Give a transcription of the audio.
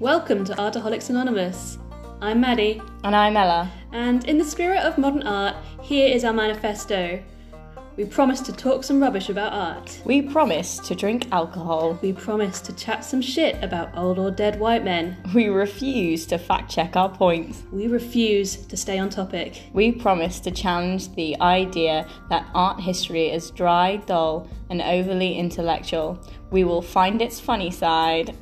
Welcome to Artaholics Anonymous. I'm Maddie, And I'm Ella. and in the spirit of modern art, here is our manifesto. We promise to talk some rubbish about art. We promise to drink alcohol. We promise to chat some shit about old or dead white men. We refuse to fact check our points. We refuse to stay on topic. We promise to challenge the idea that art history is dry, dull, and overly intellectual. We will find its funny side.